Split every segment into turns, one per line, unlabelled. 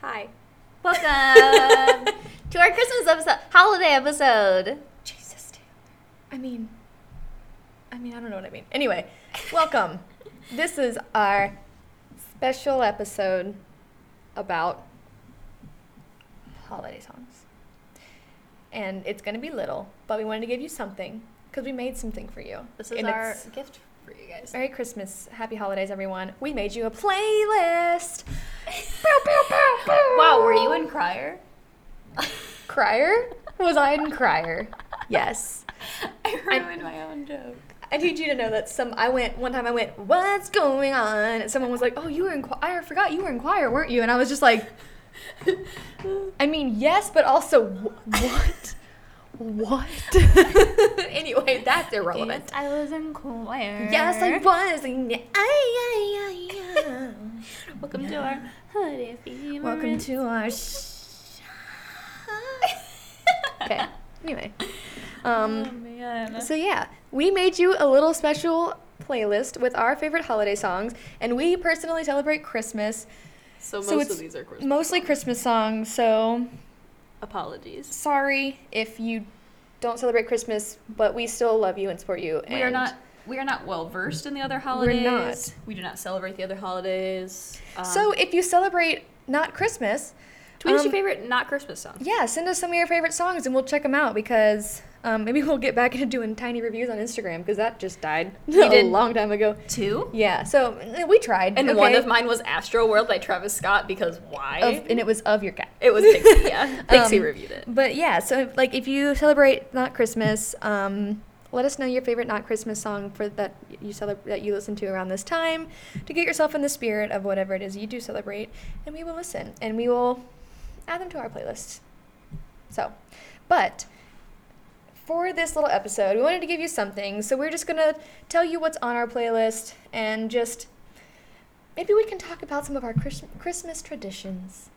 Hi. Welcome to our Christmas episode, holiday episode.
Jesus, dude. I mean, I mean, I don't know what I mean. Anyway, welcome. this is our special episode about holiday songs. And it's going to be little, but we wanted to give you something because we made something for you.
This is
And
our
it's-
gift for you guys.
Merry Christmas. Happy holidays, everyone. We made you a playlist.
Wow, were you in Crier?
Crier? Was I in Crier? Yes.
I ruined my own joke.
I need you to know that some. I went one time. I went, "What's going on?" And someone was like, "Oh, you were in choir. I forgot you were in choir, weren't you?" And I was just like, "I mean, yes, but also wh- what? what?" anyway, that's irrelevant.
I was in choir.
Yes, I was. And yeah, ay, ay, ay, ay.
Welcome to our holiday fever.
Welcome to our. Sh- okay. Anyway, um.
Oh man.
So yeah, we made you a little special playlist with our favorite holiday songs, and we personally celebrate Christmas.
So most
So it's
of these are Christmas.
mostly Christmas songs. So
Apologies.
sorry if you don't celebrate Christmas, but we still love you and support you.
We are
and
not we are not well versed in the other holidays.
not.
We do not celebrate the other holidays. Um,
So if you celebrate not Christmas,
tweet us
um,
your favorite not Christmas song.
Yeah, send us some of your favorite songs and we'll check them out because um, maybe we'll get back into doing tiny reviews on Instagram because that just died a
did.
long time ago.
Two.
Yeah, so eh, we tried.
And one
okay?
of mine was Astro World by Travis Scott because why?
Of- and it was of your cat.
it was Pixie. Yeah, Pixie
Um,
reviewed it.
But yeah, so like if you celebrate not Christmas, um, let us know your favorite not Christmas song for that you celebrate that you listen to around this time to get yourself in the spirit of whatever it is you do celebrate, and we will listen and we will add them to our playlist. So, but for this little episode, we wanted to give you something, so we're just gonna tell you what's on our playlist and just maybe we can talk about some of our Chris- Christmas traditions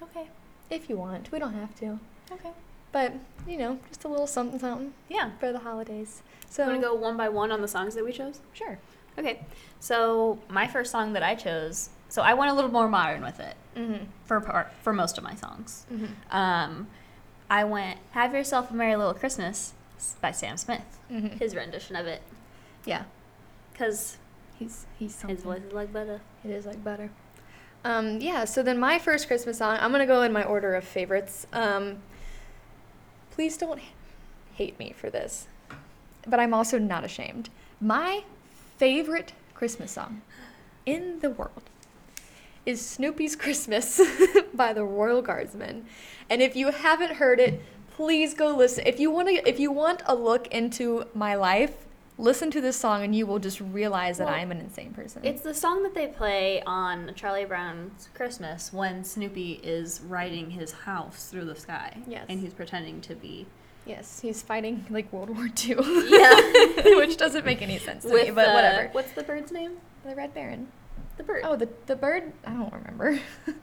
Okay.
if you want. We don't have to.
Okay.
But you know, just a little something something
Yeah.
for the holidays.
I'm
So
gonna go one by one on the songs that we chose.
sure.
Okay. So my first song that I chose. So I went a little more modern with it
Mm-hmm.
for part, for most of my songs.
Mhm.
Um, I went "Have Yourself a Merry Little Christmas" by Sam Smith.
Mhm.
His rendition of it,
Yeah,
because
he's he's something.
his voice is like butter.
It is like butter. Um, yeah. So then my first Christmas song. I'm gonna go in my order of favorites. Um, please don't h- hate me for this, but I'm also not ashamed. My favorite Christmas song in the world is Snoopy's Christmas by the Royal Guardsmen. And if you haven't heard it, please go listen. If you want to if you want a look into my life, listen to this song and you will just realize that
Well,
I am an insane person.
It's the song that they play on Charlie Brown's Christmas when Snoopy is riding his house through the sky.
Yes.
And he's pretending to be
yes, he's fighting like World War II.
Yeah.
Which doesn't make any sense to me, but
uh,
whatever.
What's the bird's name?
The Red Baron.
The bird.
Oh, the the bird. I don't remember.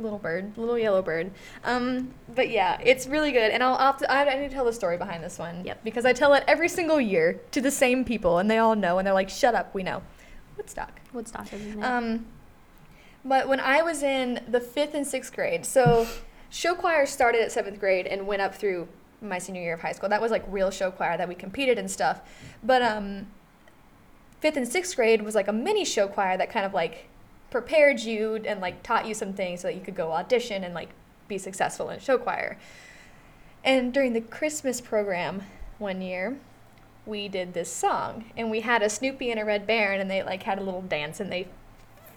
little bird, little yellow bird. Um, but yeah, it's really good, and I'll, I'll have to, I, I need to tell the story behind this one.
Yep.
Because I tell it every single year to the same people, and they all know, and they're like, "Shut up, we know." Woodstock.
Woodstock is his
Uh,
name.
Um, but when I was in the fifth and sixth grade, so show choir started at seventh grade and went up through my senior year of high school. That was like real show choir that we competed and stuff. But um, fifth and sixth grade was like a mini show choir that kind of like prepared you and like taught you some things so that you could go audition and like be successful in show choir. And during the Christmas program one year, we did this song and we had a Snoopy and a Red Baron and they like had a little dance and they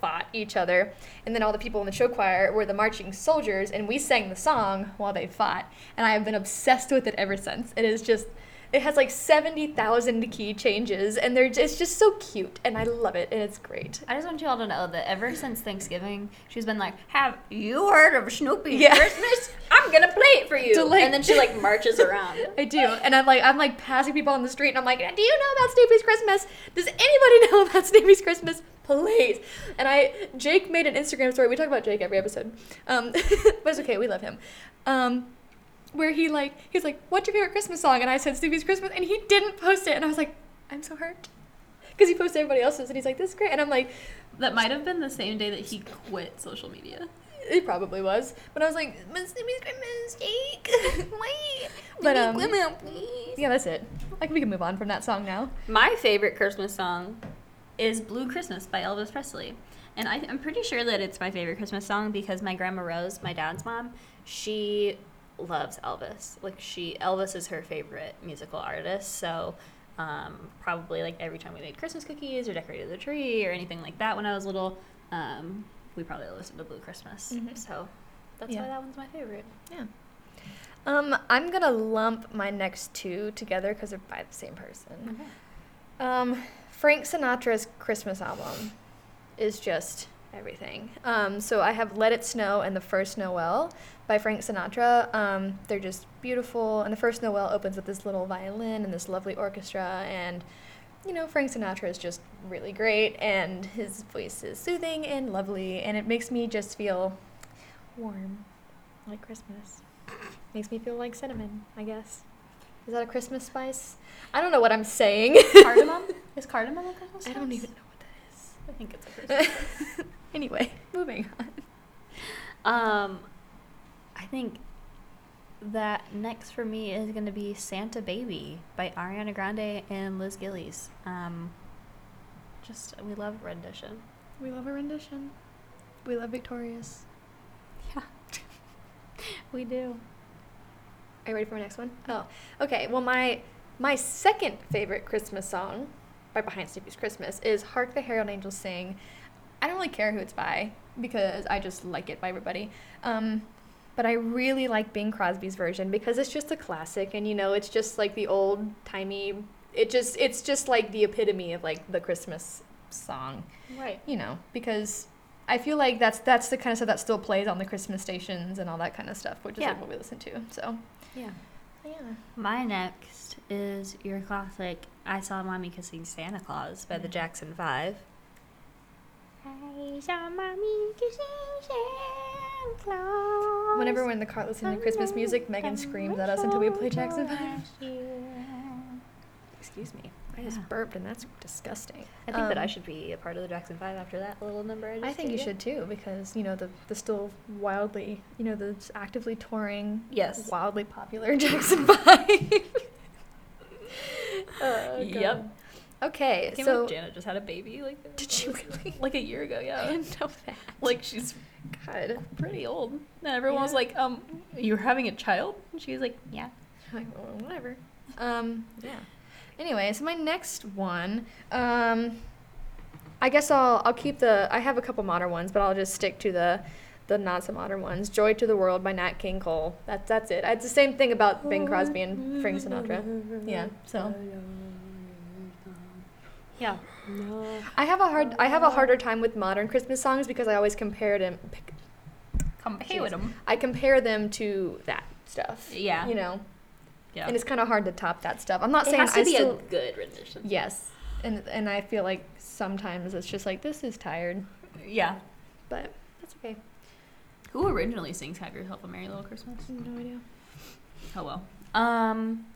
fought each other. And then all the people in the show choir were the marching soldiers and we sang the song while they fought. And I have been obsessed with it ever since. It is just it has like 70,000 key changes and they're it's just so cute and I love it and it's great.
I just want you all to know that ever since Thanksgiving, she's been like, "Have you heard of Snoopy
Yeah.
Christmas? I'm gonna play it for you."
To, like-
and then she like marches around.
I do, and I'm like, I'm like passing people on the street, and I'm like, do you know about Snoopy's Christmas? Does anybody know about Snoopy's Christmas? please. And I, Jake made an Instagram story. We talk about Jake every episode, um, but it's okay. We love him. Um, where he like, he's like, "What's your favorite Christmas song?" And I said, "Snoopy's Christmas," and he didn't post it. And I was like, I'm so hurt. Because he posted everybody else's, and he's like, "This is great," and I'm like,
That might have been the same day that he quit social media.
It probably was, but I was like, "Miss Snoopy's Christmas, Jake, wait." But um, yeah, that's it. Like we can move on from that song now.
My favorite Christmas song is Blue Christmas by Elvis Presley. And I, I'm pretty sure that it's my favorite Christmas song because my grandma Rose, my dad's mom, she loves Elvis. Like she, Elvis is her favorite musical artist. So um, probably like every time we made Christmas cookies or decorated the tree or anything like that when I was little, um, we probably listened to Blue Christmas.
Mhm.
So that's
Yeah.
why that one's my favorite.
Yeah. Um, I'm gonna lump my next two together because they're by the same person. Um, Frank Sinatra's Christmas album is just everything. Um, so I have Let It Snow and The First Noel by Frank Sinatra. Um, they're just beautiful. And The First Noel opens with this little violin and this lovely orchestra. And, you know, Frank Sinatra is just really great. And his voice is soothing and lovely. And it makes me just feel warm, like Christmas. Makes me feel like cinnamon, I guess. Is that a Christmas spice? I don't know what I'm saying.
Cardamom? Is cardamom a Christmas
I
spice?
don't even know what that is.
I think it's a Christmas.
Anyway, moving on.
Um, I think that next for me is going to be Santa Baby by Ariana Grande and Liz Gillies. Um, just we love rendition.
We love a rendition. We love Victorious.
Yeah, we do.
Are you ready for my next one? Oh, okay. Well, my my second favorite Christmas song by Behind Snoopy's Christmas is "Hark the Herald Angels Sing." I don't really care who it's by because I just like it by everybody. Um, but I really like Bing Crosby's version because it's just a classic, and you know, it's just like the old timey. It just it's just like the epitome of like the Christmas song.
Right.
you know, because I feel like that's that's the kind of stuff that still plays on the Christmas stations and all that kind of stuff, which is
Yeah.
like what we listen to. So
Yeah.
yeah,
My next is your classic "I Saw Mommy Kissing Santa Claus" by
Mm-hmm.
the Jackson Five. I saw mommy kissing Santa Claus.
whenever we're in the car listening to Christmas music, Megan screams at us until we play Jackson Five.
Excuse me.
I just burped, and that's disgusting.
I think that I
Um,
should be a part of the Jackson Five after that little number. I, just
I think you
gave
should too, because you know the the still wildly, you know, the s- actively touring,
Yes.
wildly popular Jackson Five. Oh,
Yep.
God. Okay,
Can't
so
believe Janet just had a baby like
did she really?
like a year ago?
I
Yeah.
didn't know that.
like she's
God.
pretty old. And everyone was
Yeah.
like, "Um, you're having a child?" And she was like, "Yeah."
like, well, whatever. Um, yeah. Anyway, so my next one, um, I guess I'll I'll keep the I have a couple modern ones, but I'll just stick to the the not so modern ones. "Joy to the World" by Nat King Cole. That's that's it. It's the same thing about Bing Crosby and Frank Sinatra. Yeah. So
Yeah.
I have a hard I have a harder time with modern Christmas songs because I always compare them
Come pay with them.
I compare them to that stuff.
Yeah.
You know,
Yeah.
and it's kind of hard to top that stuff. I'm not
it
saying
has to
I
be
still
a good rendition.
Yes. And and I feel like sometimes it's just like this is tired,
Yeah.
but that's okay.
Who originally sings "Have Yourself a Merry Little Christmas"?
No idea.
Oh well. Um,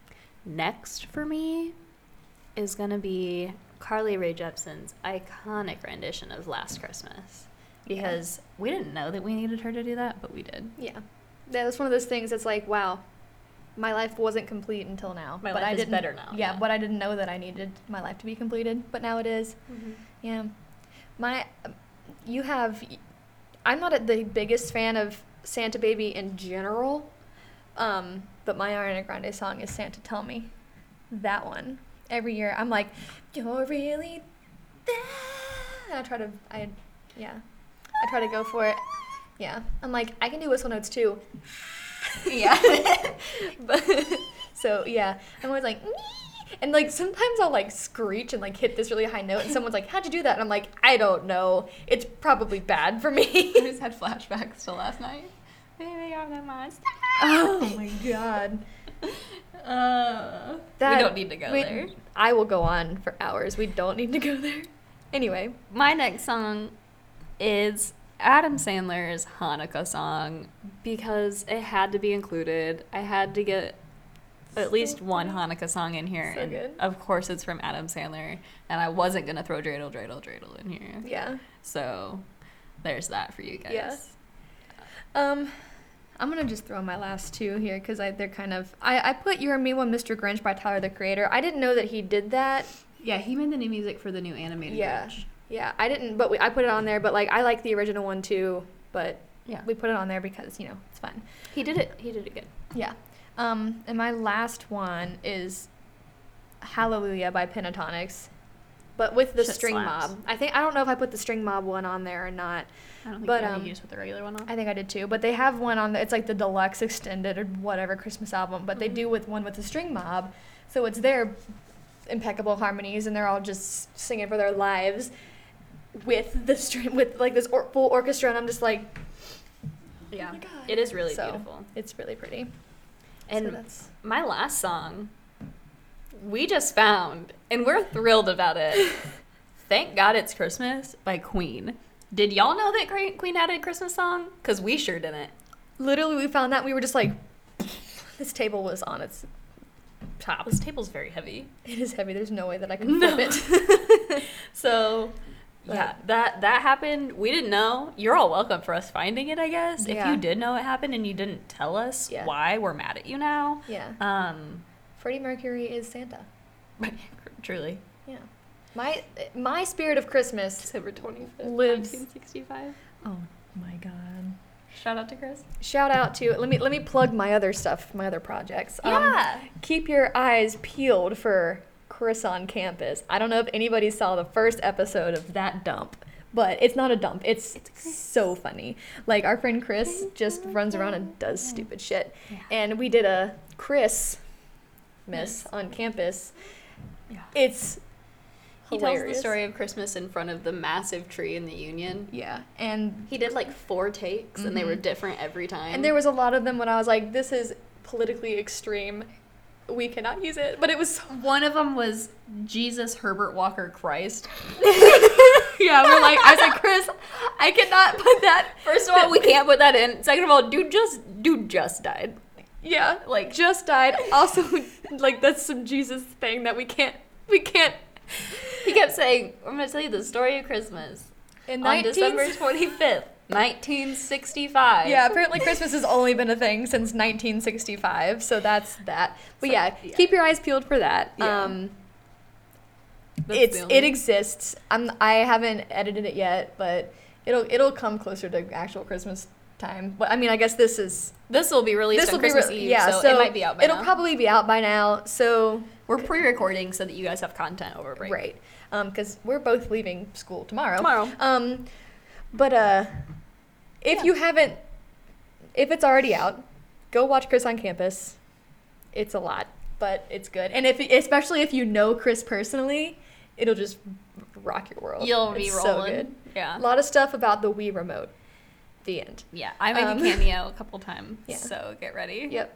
next for me is gonna be Carly Rae Jepsen's iconic rendition of "Last Christmas" because we didn't know that we needed her to do that, but we did.
Yeah. Yeah, that's one of those things that's like, wow, my life wasn't complete until now.
My
but
life
I
is
didn't,
better now,
Yeah,
yeah.
but I didn't know that I needed my life to be completed, but now it is. Yeah. My um, you have I'm not the biggest fan of Santa Baby in general. Um, but my Ariana Grande song is Santa Tell Me. That one. Every year I'm like, You're really there and I try to I yeah. I try to go for it. Yeah. I'm like, I can do whistle notes too. yeah. but so yeah. I'm always like, "Nee." and like sometimes I'll like screech and like hit this really high note and someone's like, How'd you do that? And I'm like, I don't know. It's probably bad for me.
I just had flashbacks to last night. Baby, you're the monster.
oh my god.
Uh,
That-
we don't need to go
we-
there.
I will go on for hours. We don't need to go there. Anyway,
My next song is Adam Sandler's Hanukkah song because it had to be included. I had to get at
So
least one
good.
Hanukkah song in here.
So
and
good.
Of course, it's from Adam Sandler, and I wasn't gonna throw dreidel, dreidel, dreidel in here.
yeah.
So there's that for you guys.
Yeah. Um, I'm gonna just throw my last two here because I they're kind of I I put "You're Me One, Mr. Grinch" by Tyler the Creator. I didn't know that he did that.
Yeah, he made the new music for the new animated.
Yeah. Yeah, I didn't, but we, I put it on there. But like, I like the original one too. But
Yeah.
we put it on there because you know it's fun.
He did it. He did it good.
Yeah. Um, and my last one is Hallelujah by Pentatonics, but with the
Shit
string
slaps.
mob. I think I don't know if I put the string mob one on there or not.
I don't think
But,
you
um,
um, used with the regular one on.
I think I did too, but they have one on the, it's like the deluxe extended or whatever Christmas album, but they
Mm-hmm.
do with one with the string mob. So it's their impeccable harmonies and they're all just singing for their lives with the string with like this or- full orchestra and I'm just like "Oh
yeah,
my God.
it is really
So,
beautiful.
it's really pretty.
And
so that's
my last song we just found and we're thrilled about it thank god it's christmas by queen did y'all know that Cre- queen had a christmas song because we sure didn't
literally we found that we were just like this table was on its
top this table's very heavy
it is heavy. There's no way that I can flip it.
so yeah that that happened we didn't know you're all welcome for us finding it i guess
Yeah.
if you did know it happened and you didn't tell us
Yeah.
why we're mad at you now
Yeah.
um
Freddie Mercury is Santa.
truly
Yeah. My my spirit of Christmas.
december 25th
Lives.
1965
Oh my god.
shout out to chris
shout out to let me let me plug my other stuff, my other projects. Um,
Yeah.
keep your eyes peeled for Chris on campus. I don't know if anybody saw the first episode of that dump, but it's not a dump. It's, so funny. Like our friend Chris just runs around and does stupid shit.
Yeah.
And we did a Chris miss on campus.
Yeah.
It's
He tells
hilarious.
the story of Christmas in front of the massive tree in the Union.
Yeah. And
He did like four takes, and they were
Mhm.
different every time.
And there was a lot of them when I was like, this is politically extreme. We cannot use it. But it was so
one of them was Jesus Herbert Walker Christ. yeah, we're like, I was like, Chris, I cannot put that. First of all, we can't put that in. Second of all, dude just dude just died.
yeah,
Like-
just died. Also like that's some Jesus thing that we can't we can't
He kept saying, "I'm gonna tell you the story of Christmas
in
on December 25th, 1965."
Yeah, apparently Christmas has only been a thing since 1965, so that's that. But
So,
yeah,
yeah.
keep your eyes peeled for that.
Yeah.
Um
That's
it's
the only-
it exists. I'm I haven't edited it yet, but it'll it'll come closer to actual Christmas time. But I mean, I guess this is
This will be released
this
on
will
Christmas
be re-
Eve,
yeah,
so, it might be out by
it'll
now.
probably be out by now. So
We're pre-recording so that you guys have content over break.
right, because we're both leaving school tomorrow.
Tomorrow.
Um, but uh, if
Yeah.
you haven't, if it's already out, go watch Chris on Campus. It's a lot, but it's good. And if especially if you know Chris personally, it'll just rock your world.
You'll be
It's so
rolling.
good.
Yeah.
A lot of stuff about the Wii remote. The end.
Yeah, I make
Um,
a cameo a couple times.
yeah.
So get ready.
Yep.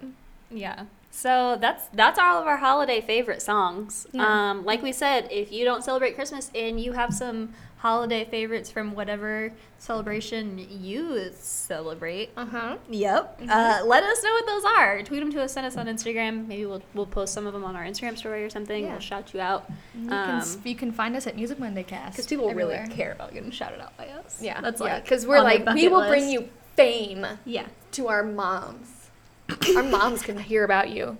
Yeah. So that's that's all of our holiday favorite songs.
Yeah.
Um, like we said, if you don't celebrate Christmas and you have some holiday favorites from whatever celebration you celebrate,
Uh huh.
Yep. Uh, let us know what those are. Tweet them to us. Send us on Instagram. Maybe we'll we'll post some of them on our Instagram story or something.
Yeah.
We'll shout you out.
You,
Um,
can, s- you can find us at Music Monday Cast.
because people
everywhere.
really care about getting shouted out by us.
Yeah,
that's
yeah,
like
because we're
on their
like we
bucket
will bring
list.
you fame
Yeah,
to our moms. our moms can hear about you.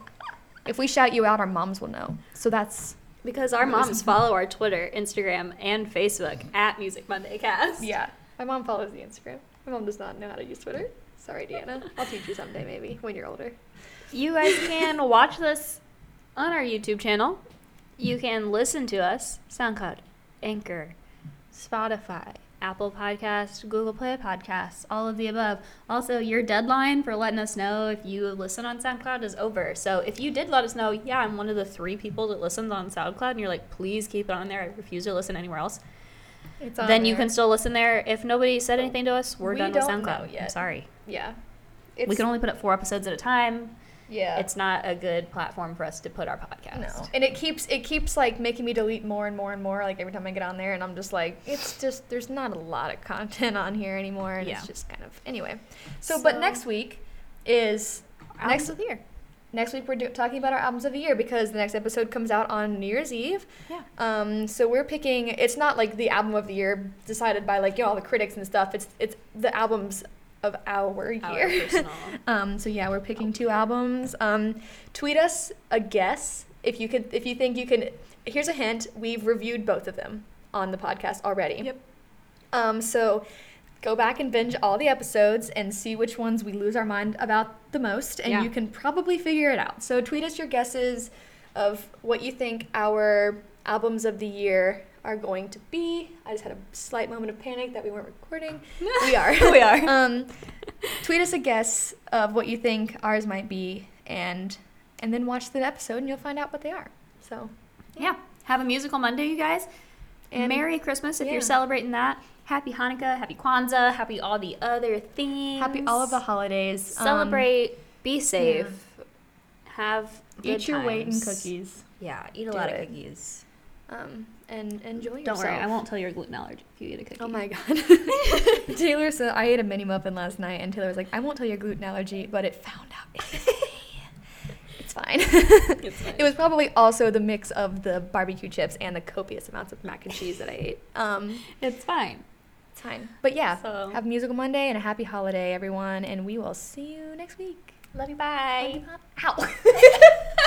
If we shout you out, our moms will know. So that's
because our moms follow our Twitter, Instagram, and Facebook at Music Monday Cast.
yeah. My mom follows the Instagram. My mom does not know how to use Twitter. Sorry, Deanna. I'll teach you someday, maybe when you're older.
You guys can watch this on our YouTube channel. You can listen to us SoundCloud, Anchor, Spotify, Apple Podcast, Google Play Podcasts, all of the above. Also, your deadline for letting us know if you listen on SoundCloud is over. So if you did let us know, yeah, I'm one of the three people that listens on SoundCloud, and you're like, please keep it on there. I refuse to listen anywhere else.
It's
then you can still listen there. If nobody said anything to us, we're
We
done with
don't
SoundCloud.
know yet.
I'm sorry.
yeah.
we can only put up four episodes at a time.
Yeah.
it's not a good platform for us to put our podcast.
No. And it keeps it keeps like making me delete more and more and more like every time I get on there and I'm just like it's just there's not a lot of content on here anymore and
Yeah.
it's just kind of anyway. So, but
So-
next week is
Albums
next
of the year.
next week we're do- talking about our albums of the year because the next episode comes out on New Year's Eve.
Yeah.
Um so we're picking it's not like the album of the year decided by like you know all the critics and stuff. It's it's the albums of our year.
Our personal.
Um, so yeah, we're picking two albums. Um, tweet us a guess if you could if you think you can. Here's a hint: we've reviewed both of them on the podcast already.
Yep.
Um, so go back and binge all the episodes and see which ones we lose our mind about the most, and
Yeah.
you can probably figure it out. So tweet us your guesses of what you think our albums of the year are going to be. I just had a slight moment of panic that we weren't recording. we are.
we are.
um, tweet us a guess of what you think ours might be, and and then watch the episode, and you'll find out what they are. So
Yeah. Have a musical Monday, you guys.
And-
Merry Christmas if
yeah.
you're celebrating that. Happy Hanukkah, happy Kwanzaa, happy all the other things.
happy all of the holidays. Um,
Celebrate, be safe, have good
eat your weight in
times.
cookies.
Yeah, eat a
Do
lot
it.
of cookies.
Um, and enjoy yourself.
Don't worry, I won't tell your gluten allergy if you eat a cookie.
Oh my god. Taylor said I ate a mini muffin last night, and Taylor was like, "I won't tell your gluten allergy," but it found out. it's me. It's fine.
It's
It was probably also the mix of the barbecue chips and the copious amounts of mac and cheese that I ate. Um,
It's fine.
It's fine. But yeah,
So-
have Musical Monday and a happy holiday, everyone. And we will see you next week.
Love you. Bye.
Ow.